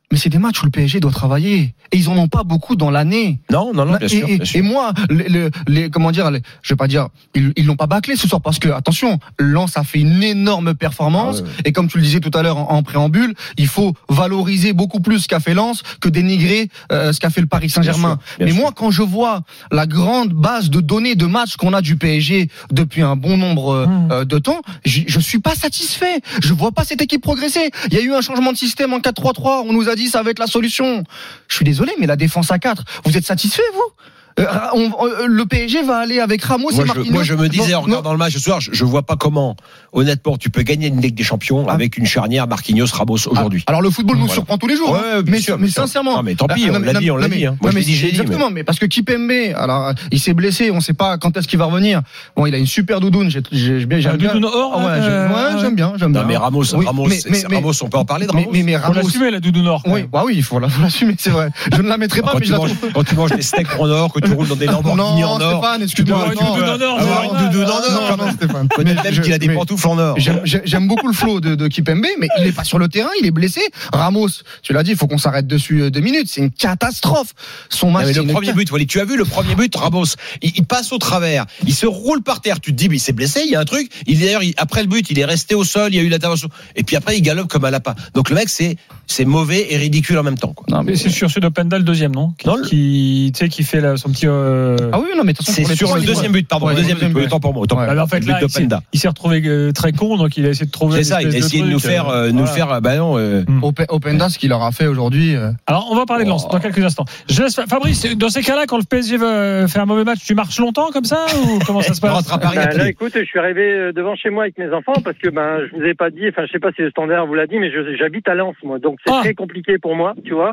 [SPEAKER 4] Mais c'est des matchs où le PSG doit travailler. Et ils en ont pas beaucoup dans l'année.
[SPEAKER 5] Non, non, non,
[SPEAKER 4] et,
[SPEAKER 5] bien sûr,
[SPEAKER 4] et-
[SPEAKER 5] bien sûr.
[SPEAKER 4] et moi, le- le- les, comment dire, les- je vais pas dire, ils ils l'ont pas bâclé ce soir parce que attention, Lens a fait une énorme performance
[SPEAKER 5] Ah ouais,
[SPEAKER 4] et comme tu le disais tout à l'heure en, en préambule, il faut valoriser beaucoup plus ce qu'a fait Lens que dénigrer euh, ce qu'a fait le Paris Saint-Germain.
[SPEAKER 5] Bien sûr, bien
[SPEAKER 4] Mais
[SPEAKER 5] sûr.
[SPEAKER 4] moi, quand je vois la grande base de données de matchs qu'on a du PSG depuis un bon nombre euh, euh, de temps, j- je suis pas satisfait. Je vois pas cette équipe progresser. Il y a eu un changement de système en 4-3-3. On nous a dit ça va être la solution. Je suis désolé, mais la défense à 4, vous êtes satisfait vous Euh, on- euh, Le PSG va aller avec Ramos
[SPEAKER 5] Moi
[SPEAKER 4] et
[SPEAKER 5] je,
[SPEAKER 4] Marquinhos.
[SPEAKER 5] moi, je me disais,
[SPEAKER 4] Non,
[SPEAKER 5] en regardant le match ce soir, je, je vois pas comment, honnêtement, tu peux gagner une Ligue des Champions
[SPEAKER 4] Ah.
[SPEAKER 5] avec une charnière Marquinhos Ramos aujourd'hui.
[SPEAKER 4] Alors le football nous
[SPEAKER 5] Voilà.
[SPEAKER 4] surprend tous les jours.
[SPEAKER 5] Ouais,
[SPEAKER 4] hein.
[SPEAKER 5] bien
[SPEAKER 4] mais
[SPEAKER 5] sûr,
[SPEAKER 4] mais
[SPEAKER 5] bien sûr.
[SPEAKER 4] sincèrement.
[SPEAKER 5] Non, mais tant pis,
[SPEAKER 4] Ah,
[SPEAKER 5] on
[SPEAKER 4] non,
[SPEAKER 5] l'a
[SPEAKER 4] non,
[SPEAKER 5] dit, on
[SPEAKER 4] non,
[SPEAKER 5] l'a
[SPEAKER 4] mais-
[SPEAKER 5] dit, hein.
[SPEAKER 4] non,
[SPEAKER 5] Moi, je
[SPEAKER 4] mais
[SPEAKER 5] l'ai dit, je l'ai dit,
[SPEAKER 4] Exactement, mais parce que Kipembe, alors il s'est blessé, on sait pas quand est-ce qu'il va revenir. Bon, il a une super doudoune, j'ai- j'ai- j'aime bien.
[SPEAKER 3] Un doudoune or,
[SPEAKER 4] Ah ouais,
[SPEAKER 3] euh,
[SPEAKER 4] j'aime- ouais,
[SPEAKER 3] ah ouais.
[SPEAKER 4] j'aime bien, j'aime bien.
[SPEAKER 5] Non, mais Ramos,
[SPEAKER 4] Oui,
[SPEAKER 5] Ramos,
[SPEAKER 4] mais-
[SPEAKER 5] c'est-
[SPEAKER 4] mais-
[SPEAKER 5] c'est- Ramos, on peut en parler de
[SPEAKER 4] mais,
[SPEAKER 5] Ramos.
[SPEAKER 4] mais, mais
[SPEAKER 3] Faut
[SPEAKER 4] Ramos.
[SPEAKER 3] l'assumer, la Doudou Nord. quand
[SPEAKER 4] Oui,
[SPEAKER 3] même.
[SPEAKER 4] bah oui, il faut la- faut l'assumer, c'est vrai. Je ne la mettrai pas,
[SPEAKER 5] quand,
[SPEAKER 4] mais
[SPEAKER 5] tu
[SPEAKER 4] je la
[SPEAKER 5] manges,
[SPEAKER 4] trouve.
[SPEAKER 5] quand tu manges des steaks en or, que tu roules dans des Lamborghini
[SPEAKER 4] *laughs* Non,
[SPEAKER 5] en or,
[SPEAKER 4] Stéphane, excuse-moi.
[SPEAKER 3] dois avoir une
[SPEAKER 4] non.
[SPEAKER 3] doudoune en or,
[SPEAKER 4] Avoir
[SPEAKER 3] c'est
[SPEAKER 4] une
[SPEAKER 3] normal.
[SPEAKER 4] doudoune en or. Non, non, Stéphane. Mais
[SPEAKER 5] peut-être même
[SPEAKER 4] je-
[SPEAKER 5] qu'il a des
[SPEAKER 4] mais-
[SPEAKER 5] pantoufles en or.
[SPEAKER 4] J'aime- j'ai- J'aime beaucoup le flow de, de Kipembe, mais il est pas sur le terrain, il est blessé. Ramos, tu l'as dit, il faut qu'on s'arrête dessus euh, deux minutes. C'est une catastrophe. Son
[SPEAKER 5] Non,
[SPEAKER 4] match,
[SPEAKER 5] mais
[SPEAKER 4] c'est
[SPEAKER 5] le
[SPEAKER 4] une
[SPEAKER 5] premier but, Walid, tu as vu le premier but, Ramos, il, il passe au travers, il se roule par terre, tu te dis, mais il s'est blessé, il y a un truc. Il d'ailleurs, il- après le but, il est resté au sol, il y a eu l'intervention, et puis après, il galope comme un lapin. Donc le mec, c'est c'est mauvais et ridicule en même temps. quoi.
[SPEAKER 4] Non, mais-
[SPEAKER 3] C'est- C'est sur celui d'Openda, le deuxième, non Qui-
[SPEAKER 5] Non, le-
[SPEAKER 3] Qui, tu sais, qui fait là, son petit. euh,
[SPEAKER 4] Ah oui, non, mais de toute façon,
[SPEAKER 5] C'est
[SPEAKER 4] pour les
[SPEAKER 5] sur
[SPEAKER 4] trois,
[SPEAKER 5] le
[SPEAKER 4] il-
[SPEAKER 5] deuxième but, pardon,
[SPEAKER 4] Ouais,
[SPEAKER 5] le deuxième but.
[SPEAKER 4] ouais.
[SPEAKER 5] Autant pour moi, autant pour
[SPEAKER 4] Ouais.
[SPEAKER 5] moi.
[SPEAKER 3] Bah, en fait,
[SPEAKER 5] le but
[SPEAKER 3] là, il s'est-
[SPEAKER 5] d'Openda.
[SPEAKER 3] il s'est retrouvé euh, très con, donc il a essayé de trouver.
[SPEAKER 5] C'est
[SPEAKER 3] une
[SPEAKER 5] ça, il a
[SPEAKER 3] espèce
[SPEAKER 5] essayé de nous
[SPEAKER 3] truc,
[SPEAKER 5] faire,
[SPEAKER 3] euh,
[SPEAKER 5] euh, nous
[SPEAKER 3] voilà.
[SPEAKER 5] faire, euh, bah non, euh,
[SPEAKER 4] Ope- Openda, ce qu'il leur a fait aujourd'hui. euh,
[SPEAKER 3] Alors, on va parler de Lens dans quelques instants. Je laisse Fa- Fabrice, dans ces cas-là, quand le PSG va- fait un mauvais match, tu marches longtemps comme ça Ou comment
[SPEAKER 4] *laughs*
[SPEAKER 3] ça se
[SPEAKER 5] on
[SPEAKER 3] passe
[SPEAKER 5] rentre à Paris
[SPEAKER 6] Ben,
[SPEAKER 5] à
[SPEAKER 6] là,
[SPEAKER 5] pied.
[SPEAKER 6] écoute, je suis arrivé euh, devant chez moi avec mes enfants parce que ben je vous ai pas dit, enfin je sais pas si le standard vous l'a dit, mais je- j'habite à Lens moi, donc c'est
[SPEAKER 3] Ah.
[SPEAKER 6] très compliqué pour moi, tu vois.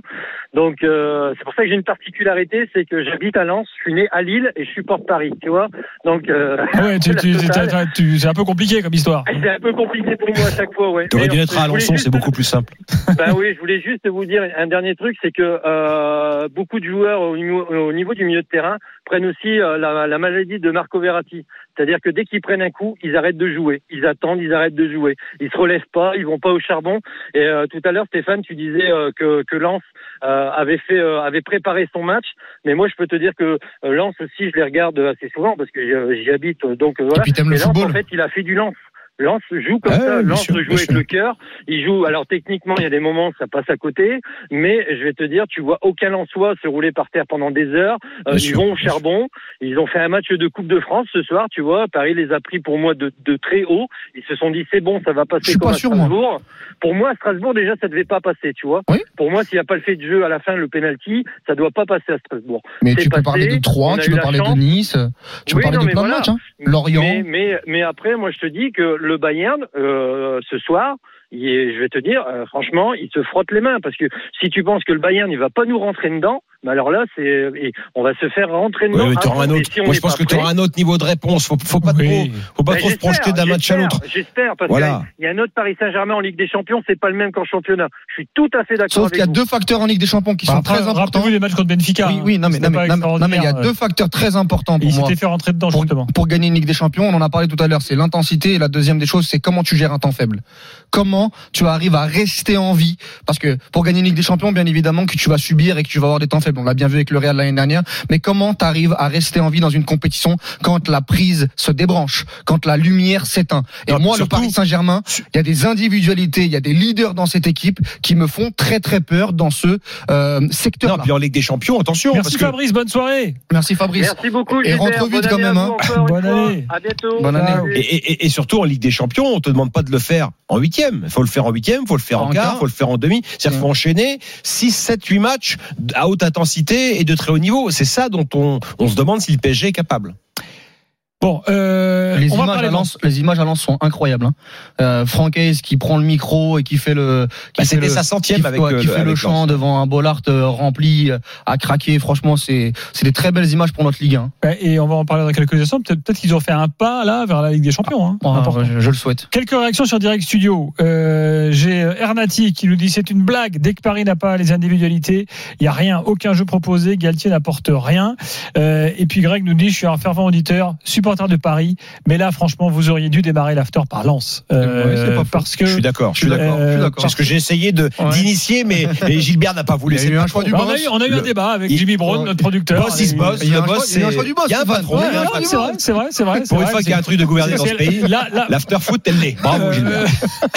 [SPEAKER 6] Donc euh, c'est pour ça que j'ai une particularité, c'est que j'habite à Lens, je suis né à Lille et je supporte Paris, tu vois. Donc euh,
[SPEAKER 3] Ah ouais, tu- tu-
[SPEAKER 4] *laughs*
[SPEAKER 6] *laughs* la
[SPEAKER 3] tu-
[SPEAKER 6] totale.
[SPEAKER 3] t'as- tu- c'est un peu compliqué comme histoire.
[SPEAKER 6] c'est un peu compliqué pour moi à chaque fois, ouais.
[SPEAKER 5] T'aurais
[SPEAKER 6] Mais,
[SPEAKER 5] dû
[SPEAKER 6] euh,
[SPEAKER 5] être à
[SPEAKER 6] je voulais
[SPEAKER 5] Alençon,
[SPEAKER 6] juste-
[SPEAKER 5] c'est beaucoup plus simple.
[SPEAKER 6] Ben oui, je voulais juste vous dire un dernier truc, c'est que euh, beaucoup de joueurs au niveau, au niveau du milieu de terrain prennent aussi euh, la, la maladie de Marco Verratti. C'est-à-dire que dès qu'ils prennent un coup, ils arrêtent de jouer. Ils attendent, ils arrêtent de jouer. Ils se relèvent pas, ils vont pas au charbon. Et euh, tout à l'heure, Stéphane, tu disais euh, que, que Lens euh, avait fait, euh, avait préparé son match. Mais moi, je peux te dire que euh, Lens aussi, je les regarde assez souvent parce que euh, j'y habite. euh, Donc euh,
[SPEAKER 4] Et
[SPEAKER 6] voilà.
[SPEAKER 4] puis t'aimes le
[SPEAKER 6] Et Lens,
[SPEAKER 4] football.
[SPEAKER 6] en fait, il a fait du lance. Lance joue comme
[SPEAKER 5] Ah,
[SPEAKER 6] ça.
[SPEAKER 5] bien
[SPEAKER 6] Lance
[SPEAKER 5] sûr,
[SPEAKER 6] joue
[SPEAKER 5] bien
[SPEAKER 6] avec
[SPEAKER 5] sûr.
[SPEAKER 6] le cœur. Il joue. Alors techniquement, il y a des moments ça passe à côté, mais je vais te dire, tu vois aucun Lensois se rouler par terre pendant des heures. Euh,
[SPEAKER 5] Bien
[SPEAKER 6] ils
[SPEAKER 5] sûr,
[SPEAKER 6] vont au
[SPEAKER 5] bien sûr.
[SPEAKER 6] charbon. Ils ont fait un match de Coupe de France ce soir. Tu vois, Paris les a pris pour moi de, de très haut. Ils se sont dit c'est bon, ça va
[SPEAKER 4] Je
[SPEAKER 6] passer
[SPEAKER 4] suis
[SPEAKER 6] comme
[SPEAKER 4] pas
[SPEAKER 6] à
[SPEAKER 4] sûr, moi.
[SPEAKER 6] Strasbourg. Pour moi, à Strasbourg déjà ça devait pas passer. Tu vois.
[SPEAKER 4] Oui.
[SPEAKER 6] Pour moi, s'il n'y a pas le fait de jeu à la fin, le penalty, ça doit pas passer à Strasbourg.
[SPEAKER 4] Mais
[SPEAKER 6] C'est
[SPEAKER 4] tu peux
[SPEAKER 6] passé,
[SPEAKER 4] parler de
[SPEAKER 6] on
[SPEAKER 4] Troyes,
[SPEAKER 6] a
[SPEAKER 4] tu
[SPEAKER 6] eu
[SPEAKER 4] peux
[SPEAKER 6] la
[SPEAKER 4] parler
[SPEAKER 6] chance.
[SPEAKER 4] de Nice, tu peux
[SPEAKER 6] Oui,
[SPEAKER 4] parler
[SPEAKER 6] non,
[SPEAKER 4] de
[SPEAKER 6] mais
[SPEAKER 4] plein
[SPEAKER 6] voilà.
[SPEAKER 4] de matchs. hein. Lorient.
[SPEAKER 6] Mais, mais, mais après, moi, je te dis que le Bayern, euh, ce soir, il est- je vais te dire, euh, franchement, il se frotte les mains parce que si tu penses que le Bayern il va pas nous rentrer dedans, mais alors là, c'est, et on va se faire rentrer
[SPEAKER 5] Ouais,
[SPEAKER 6] dedans.
[SPEAKER 5] mais t'auras
[SPEAKER 6] Attends,
[SPEAKER 5] un
[SPEAKER 6] et
[SPEAKER 5] autre.
[SPEAKER 6] si on
[SPEAKER 5] Moi, je
[SPEAKER 6] n'est
[SPEAKER 5] pense
[SPEAKER 6] pas
[SPEAKER 5] que tu
[SPEAKER 6] prêt-
[SPEAKER 5] auras un autre niveau de réponse. Faut, faut pas
[SPEAKER 3] Oui.
[SPEAKER 5] trop, faut pas
[SPEAKER 6] Ben,
[SPEAKER 5] trop se
[SPEAKER 6] j'espère,
[SPEAKER 5] projeter d'un match à
[SPEAKER 6] j'espère,
[SPEAKER 5] l'autre.
[SPEAKER 6] J'espère, parce
[SPEAKER 5] Voilà.
[SPEAKER 6] qu'il y a un autre Paris Saint-Germain en Ligue des Champions, c'est pas le même qu'en championnat. Je suis tout à fait d'accord
[SPEAKER 4] Sauf
[SPEAKER 6] avec
[SPEAKER 4] qu'il y a
[SPEAKER 6] vous.
[SPEAKER 4] deux facteurs en Ligue des Champions qui
[SPEAKER 3] Bah,
[SPEAKER 4] sont
[SPEAKER 3] après,
[SPEAKER 4] très importants.
[SPEAKER 3] rappelez-vous les matchs contre Benfica. hein.
[SPEAKER 4] Oui, oui, non, mais,
[SPEAKER 3] C'était
[SPEAKER 4] non, mais,
[SPEAKER 3] pas
[SPEAKER 4] non, mais- non, mais il y a
[SPEAKER 3] extraordinaire.
[SPEAKER 5] euh,
[SPEAKER 3] euh,
[SPEAKER 4] deux facteurs très importants
[SPEAKER 3] Et
[SPEAKER 4] pour
[SPEAKER 3] Il
[SPEAKER 4] moi.
[SPEAKER 3] s'était fait rentrer dedans,
[SPEAKER 4] Pour,
[SPEAKER 3] justement.
[SPEAKER 4] pour gagner une Ligue des Champions, on en a parlé tout à l'heure, c'est l'intensité. Et la deuxième des choses, c'est comment tu gères un temps faible. Comment tu arrives à rester en vie. Parce que pour gagner une Ligue des Champions, bien évidemment que tu vas subir et que tu vas avoir des temps faibles. On l'a bien vu avec le Real l'année dernière. Mais comment tu arrives à rester en vie dans une compétition quand la prise se débranche, quand la lumière s'éteint. Et
[SPEAKER 5] Non,
[SPEAKER 4] moi, le
[SPEAKER 5] surtout-
[SPEAKER 4] Paris Saint-Germain, il y a des individualités, il y a des leaders dans cette équipe qui me font très très peur dans ce euh,
[SPEAKER 5] Non,
[SPEAKER 4] secteur-là.
[SPEAKER 5] puis en Ligue des Champions, attention,
[SPEAKER 3] Merci
[SPEAKER 5] parce que
[SPEAKER 3] Fabrice, bonne soirée.
[SPEAKER 4] Merci Fabrice.
[SPEAKER 6] Merci beaucoup,
[SPEAKER 4] Et
[SPEAKER 6] Gilbert.
[SPEAKER 4] rentre
[SPEAKER 6] Bonne
[SPEAKER 4] vite quand
[SPEAKER 6] année à
[SPEAKER 4] même,
[SPEAKER 6] vous
[SPEAKER 4] hein.
[SPEAKER 6] encore une
[SPEAKER 3] Bonne
[SPEAKER 6] fois.
[SPEAKER 3] année.
[SPEAKER 6] À bientôt.
[SPEAKER 4] Bonne année.
[SPEAKER 6] Salut.
[SPEAKER 5] et, et- et surtout en Ligue des Champions, on te demande pas de le faire en huitième. Il faut le faire en huitième, il faut le faire en,
[SPEAKER 4] En
[SPEAKER 5] quart,
[SPEAKER 4] quart.
[SPEAKER 5] faut le faire en demi. C'est-à-dire qu'il faut enchaîner 6, 7, 8 matchs à haute intensité et de très haut niveau. C'est ça dont on, on se demande si le PSG est capable.
[SPEAKER 3] Bon, euh,
[SPEAKER 4] Les
[SPEAKER 3] on va
[SPEAKER 4] images,
[SPEAKER 3] parler
[SPEAKER 4] à Lens, les images à Lens sont incroyables. Hein. Euh, Franck Hayes qui prend le micro et qui fait le, qui
[SPEAKER 5] Bah,
[SPEAKER 4] fait
[SPEAKER 5] C'était
[SPEAKER 4] le,
[SPEAKER 5] sa
[SPEAKER 4] qui,
[SPEAKER 5] centième avec,
[SPEAKER 4] ouais, qui
[SPEAKER 5] euh,
[SPEAKER 4] fait le
[SPEAKER 5] avec
[SPEAKER 4] chant
[SPEAKER 5] Lens.
[SPEAKER 4] devant un Bollard euh, rempli euh, à craquer. Franchement, c'est c'est des très belles images pour notre Ligue 1.
[SPEAKER 3] Ouais, Bah, Et on va en parler dans quelques instants. Peut-être peut-être qu'ils ont fait un pas là vers la Ligue des Champions.
[SPEAKER 5] Ah,
[SPEAKER 3] hein. Important.
[SPEAKER 4] je, je le souhaite.
[SPEAKER 3] Quelques réactions sur Direct Studio. Euh, J'ai euh, Ernati qui nous dit c'est une blague. Dès que Paris n'a pas les individualités, il n'y a rien, aucun jeu proposé. Galtier n'apporte rien. Euh, et puis Greg nous dit je suis un fervent auditeur, supporter de Paris, mais là franchement vous auriez dû démarrer l'after par Lens Euh,
[SPEAKER 4] Ouais, c'est pas faux.
[SPEAKER 3] parce que
[SPEAKER 5] Je suis d'accord, je suis
[SPEAKER 3] Euh,
[SPEAKER 5] d'accord.
[SPEAKER 4] je suis d'accord.
[SPEAKER 5] C'est ce que j'ai essayé de-
[SPEAKER 4] Ouais.
[SPEAKER 5] d'initier, mais, mais Gilbert n'a pas voulu.
[SPEAKER 4] Il y a eu un choix du
[SPEAKER 3] Bah,
[SPEAKER 4] boss.
[SPEAKER 3] on a eu, on a eu un
[SPEAKER 4] *laughs*
[SPEAKER 5] Le-
[SPEAKER 3] débat avec
[SPEAKER 5] il-
[SPEAKER 3] Jimmy Brown,
[SPEAKER 4] on-
[SPEAKER 3] notre producteur.
[SPEAKER 5] Boss is boss.
[SPEAKER 4] Il y a
[SPEAKER 5] Le
[SPEAKER 4] un choix-
[SPEAKER 5] boss,
[SPEAKER 4] il y a un
[SPEAKER 5] c'est-
[SPEAKER 4] choix du boss,
[SPEAKER 5] Il y a un
[SPEAKER 4] Stéphane.
[SPEAKER 5] patron.
[SPEAKER 4] Ouais,
[SPEAKER 5] il y a un
[SPEAKER 4] non,
[SPEAKER 5] patron.
[SPEAKER 3] C'est vrai, c'est vrai, c'est vrai. c'est
[SPEAKER 5] Pour une
[SPEAKER 3] vrai,
[SPEAKER 5] fois qu'il y a
[SPEAKER 3] c'est-
[SPEAKER 5] un truc de gouverner dans ce
[SPEAKER 3] c'est-
[SPEAKER 5] pays,
[SPEAKER 3] Là, là,
[SPEAKER 5] l'afterfoot, elle l'est. Bravo, Gilbert.
[SPEAKER 3] euh,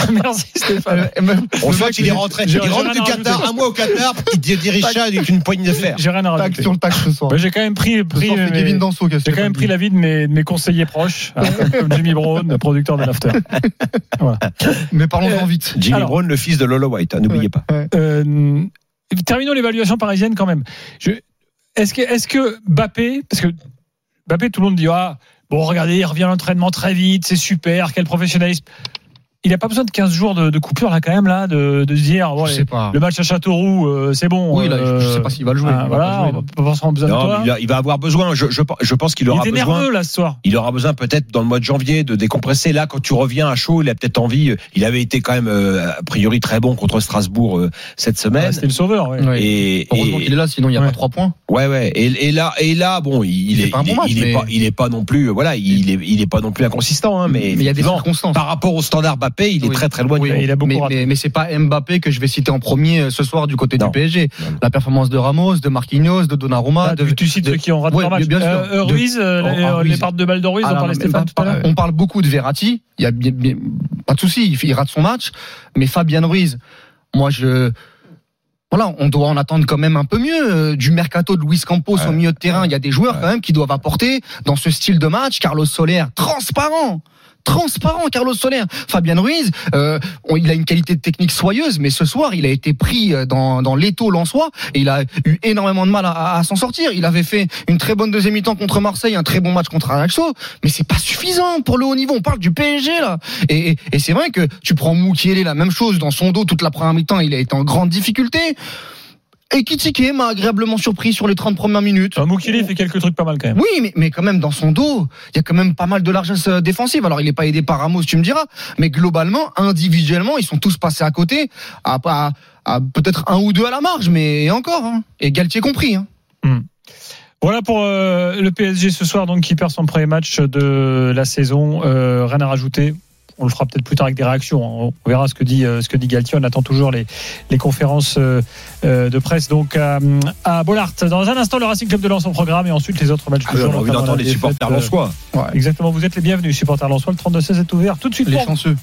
[SPEAKER 3] *laughs* merci Stéphane.
[SPEAKER 4] Eh,
[SPEAKER 5] On
[SPEAKER 4] Le
[SPEAKER 5] sent
[SPEAKER 4] mec,
[SPEAKER 5] qu'il est rentré.
[SPEAKER 3] j'ai-
[SPEAKER 5] Il
[SPEAKER 3] j'ai
[SPEAKER 5] rentre
[SPEAKER 3] rien
[SPEAKER 5] du
[SPEAKER 3] à
[SPEAKER 5] Qatar,
[SPEAKER 3] rajouter.
[SPEAKER 5] un mois au Qatar, il dirige ça avec une poignée de fer.
[SPEAKER 3] J'ai rien à
[SPEAKER 4] tac
[SPEAKER 3] rajouter.
[SPEAKER 4] sur le tac ce soir.
[SPEAKER 3] Bah, J'ai quand même pris,
[SPEAKER 4] Ce
[SPEAKER 3] pris
[SPEAKER 4] soir, c'est
[SPEAKER 3] mes-
[SPEAKER 4] Kevin Danso qui a
[SPEAKER 3] J'ai quand même pris l'avis de mes, de mes conseillers proches, hein, comme Jimmy Brown, le producteur de
[SPEAKER 4] *laughs*
[SPEAKER 3] l'After.
[SPEAKER 4] Mais
[SPEAKER 3] Euh,
[SPEAKER 4] parlons-en vite.
[SPEAKER 5] Jimmy
[SPEAKER 3] Alors-
[SPEAKER 5] Brown, le fils de Lolo White, hein, n'oubliez pas.
[SPEAKER 3] Euh, terminons l'évaluation parisienne quand même. Je- Est-ce que, est que Bappé, parce que Bappé, tout le monde dit Ah, bon, regardez, il revient à l'entraînement très vite, c'est super, quel professionnalisme. Il n'a pas besoin de 15 jours de, de coupure, là, quand même, là, de, de se dire bon,
[SPEAKER 4] Je
[SPEAKER 3] allez,
[SPEAKER 4] sais pas.
[SPEAKER 3] le match à Châteauroux, euh, c'est bon.
[SPEAKER 4] Oui, là, je- je sais pas s'il va le jouer.
[SPEAKER 3] euh,
[SPEAKER 4] Il va pas
[SPEAKER 3] voilà,
[SPEAKER 4] jouer,
[SPEAKER 3] on va
[SPEAKER 4] là.
[SPEAKER 3] pas forcément besoin de
[SPEAKER 5] Non,
[SPEAKER 3] toi.
[SPEAKER 5] mais il, a- il va avoir besoin. Je, je- je pense qu'il
[SPEAKER 3] il
[SPEAKER 5] aura
[SPEAKER 3] était
[SPEAKER 5] besoin.
[SPEAKER 3] nerveux, là, ce soir.
[SPEAKER 5] Il aura besoin peut-être dans le mois de janvier de décompresser. Là, quand tu reviens à chaud, il a peut-être envie. euh, Il avait été quand même euh, a priori très bon contre Strasbourg euh, cette
[SPEAKER 3] Ah,
[SPEAKER 5] semaine.
[SPEAKER 3] C'était le sauveur, ouais.
[SPEAKER 4] Ouais.
[SPEAKER 5] et,
[SPEAKER 4] Heureusement
[SPEAKER 5] et-
[SPEAKER 4] qu'il est là, sinon il n'y a
[SPEAKER 3] Ouais.
[SPEAKER 4] pas trois points.
[SPEAKER 5] ouais ouais et, et là et là bon il,
[SPEAKER 4] fait
[SPEAKER 5] est,
[SPEAKER 4] pas un
[SPEAKER 5] il,
[SPEAKER 4] bon
[SPEAKER 5] est-
[SPEAKER 4] match,
[SPEAKER 5] il est
[SPEAKER 4] mais-
[SPEAKER 5] pas il est pas non plus voilà il est il est pas non plus inconsistant hein, mais,
[SPEAKER 4] Mais il y a des
[SPEAKER 5] effectivement,
[SPEAKER 4] circonstances.
[SPEAKER 5] par rapport au standard Bappé il est
[SPEAKER 4] Oui.
[SPEAKER 5] très très loin
[SPEAKER 4] Oui,
[SPEAKER 5] du
[SPEAKER 3] il a beaucoup
[SPEAKER 4] mais,
[SPEAKER 3] raté.
[SPEAKER 4] mais, mais c'est pas Mbappé que je vais citer en premier euh, ce soir du côté
[SPEAKER 5] Non.
[SPEAKER 4] du PSG.
[SPEAKER 5] Non, Bah, non.
[SPEAKER 4] La performance de Ramos, de Marquinhos, de Donnarumma,
[SPEAKER 3] Ah,
[SPEAKER 4] de,
[SPEAKER 3] tu- tu cites
[SPEAKER 4] de-
[SPEAKER 3] ceux qui ont raté
[SPEAKER 4] Ouais,
[SPEAKER 3] leur match.
[SPEAKER 4] bien sûr.
[SPEAKER 3] Euh, euh,
[SPEAKER 4] De-
[SPEAKER 3] Ruiz, euh,
[SPEAKER 4] Oh,
[SPEAKER 3] les,
[SPEAKER 4] ah,
[SPEAKER 3] euh,
[SPEAKER 4] Ruiz.
[SPEAKER 3] les pertes de balles de Ruiz,
[SPEAKER 4] Ah,
[SPEAKER 3] on
[SPEAKER 4] non,
[SPEAKER 3] parlait
[SPEAKER 4] non,
[SPEAKER 3] Stéphane
[SPEAKER 4] mais
[SPEAKER 3] tout à l'heure.
[SPEAKER 4] on parle beaucoup de Verratti. Il y a bien- bien- pas de souci, il, fait- il rate son match. Mais Fabien Ruiz, moi je. Voilà, on doit en attendre quand même un peu mieux euh, du mercato de Luis Campos au milieu de terrain. Il y a des joueurs quand même qui doivent apporter dans ce style de match. Carlos Soler, transparent, transparent. Carlos Soler, Fabien Ruiz, euh, on- il a une qualité de technique soyeuse, mais ce soir il a été pris euh, dans, dans l'étau lensois et il a eu énormément de mal à, à- à s'en sortir. Il avait fait une très bonne deuxième mi-temps contre Marseille, un très bon match contre Ajaccio, mais c'est pas suffisant pour le haut niveau. On parle du PSG là. Et, et- et c'est vrai que tu prends Moukielé, la même chose dans son dos toute la première mi-temps, il a été en grande difficulté. Et Kitike m'a agréablement surpris sur les 30 premières minutes.
[SPEAKER 3] Enfin, Mukili fait quelques trucs pas mal quand même.
[SPEAKER 4] Oui, mais, mais quand même, dans son dos, il y a quand même pas mal de largesse euh, défensive. Alors, il n'est pas aidé par Ramos, tu me diras. Mais globalement, individuellement, ils sont tous passés à côté, à, à, à peut-être un ou deux à la marge, mais encore. hein. Et Galtier compris. Hein.
[SPEAKER 3] Voilà pour euh, le PSG ce soir, donc qui perd son premier match de la saison. Euh, rien à rajouter. On le fera peut-être plus tard avec des réactions. hein. On verra ce que dit euh, ce que dit Galtier. On attend toujours les les conférences euh, euh, de presse. Donc à, à Bollard. Dans un instant, le Racing Club de Lens en programme et ensuite les autres matchs du
[SPEAKER 5] Ah,
[SPEAKER 3] jour.
[SPEAKER 5] on a envie
[SPEAKER 3] notamment
[SPEAKER 5] d'entendre
[SPEAKER 3] la
[SPEAKER 5] les supporters
[SPEAKER 3] défaite, euh,
[SPEAKER 5] lensois.
[SPEAKER 3] Exactement. Vous êtes les bienvenus, supporters lensois. Le 32 16 est ouvert tout de suite.
[SPEAKER 4] Les
[SPEAKER 3] pour vous.
[SPEAKER 4] chanceux.